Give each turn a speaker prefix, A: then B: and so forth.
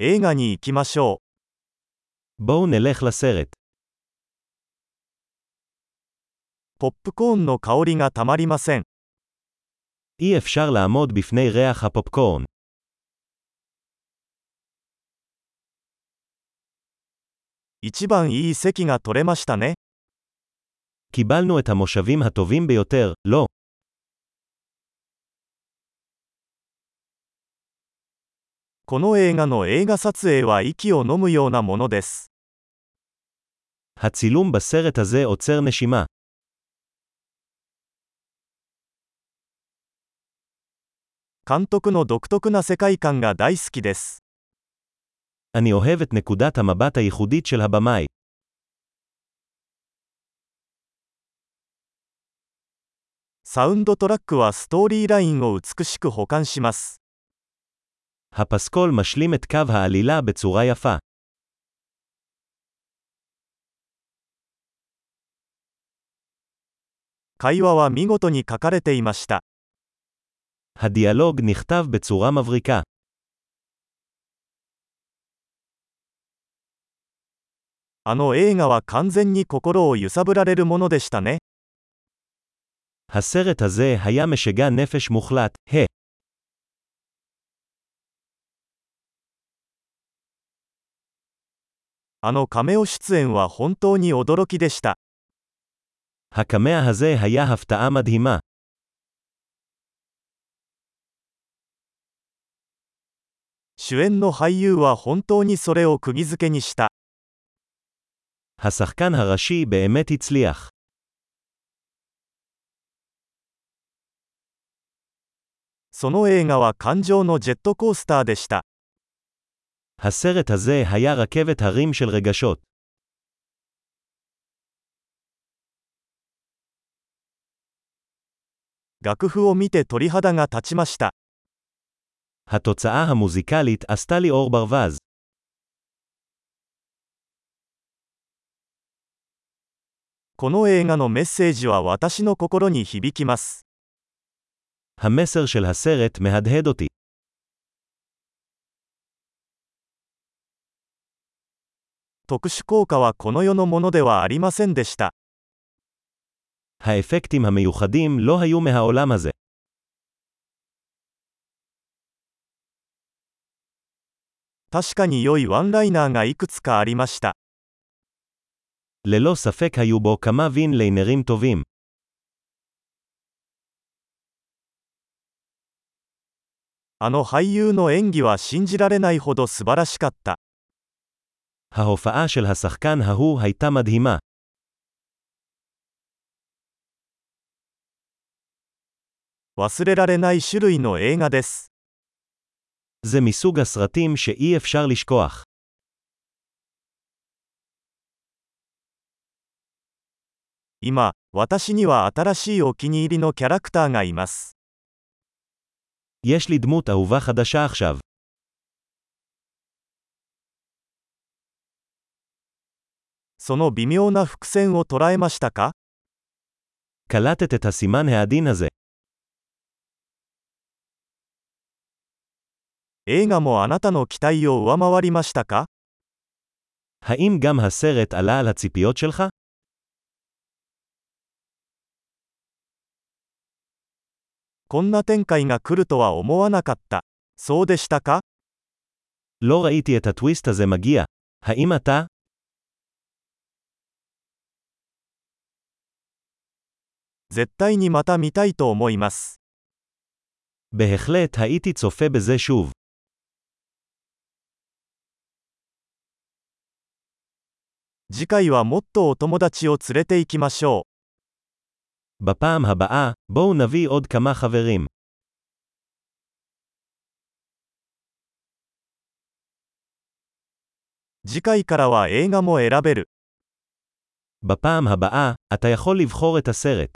A: 映画に行きましょ
B: בואו נלך לסרט.
A: う。ポップコーンの香りがたまりません。
B: אי אפשר לעמוד בפני ריח הפופקורן.
A: 一番いい席が取れましたね。
B: קיבלנו את המושבים הטובים ביותר, לא.
A: この映画の映画撮影は息を飲むようなものです。
B: הצילום בסרט הזה עוצר נשימה.
A: 監督の独特な世界観が大好きです。
B: אני אוהב את נקודת המבט הייחודית של הבמאי.
A: サウンドトラックはストーリーラインを美しく保管します。
B: הפסקול משלים את קו העלילה בצורה יפה.
A: 会話は見事に書かれていました。
B: הדיאלוג נכתב בצורה מבריקה.
A: あの映画は完全に心を揺さぶられるものでしたね。
B: הסרט הזה היה משגע נפש מוחלט, ה.
A: あのカメオ出演は本当に驚きでした。
B: הקמע הזה היה הפתעה מדהימה.
A: 主演の俳優は本当にそれを釘付けにした。
B: השחקן הראשי באמת הצליח.
A: その映画は感情のジェットコースターでした。
B: הסרט הזה היה רכבת הרים של רגשות.
A: 楽譜を見て鳥肌が立ちました。
B: התוצאה המוזיקלית עשתה לי אור ברווז.
A: この映画のメッセージは私の心に響きます。
B: המסר של הסרט מהדהד אותי.
A: 特殊効果はこの世のものではありませんでした。
B: האפקטים המיוחדים לא היו מהעולם הזה.
A: 確かに良いワンライナーがいくつかありました。
B: ללא ספק היו בו כמה וין ליינרים טובים.
A: あの俳優の演技は信じられないほど素晴らしかった。
B: ההופעה של השחקן ההוא הייתה מדהימה.
A: 忘れられない種類の映画です。
B: זה מסוג הסרטים שאי אפשר לשכוח.
A: 今、私には新しいお気に入りのキャラクターがいます。
B: יש לי דמות אהובה חדשה עכשיו.
A: その微妙な伏線を捉えましたか
B: קלטת את הסימן העדין הזה.
A: 映画もあなたの期待を上回りましたか
B: האם גם הסרט עלה על הציפיות שלך?
A: こんな展開が来るとは思わなかった。そうでしたか
B: לא ראיתי את הטוויסט הזה מגיע. האם אתה?
A: 絶対にまた見たいと思います。
B: בהחלט הייתי צופה בזה שוב.
A: 次回はもっとお友達を連れて行きましょう。
B: בפעם הבאה, בואו נביא עוד כמה חברים.
A: 「次回からは映画も選べる」
B: בפעם הבאה, אתה יכול לבחור את הסרט.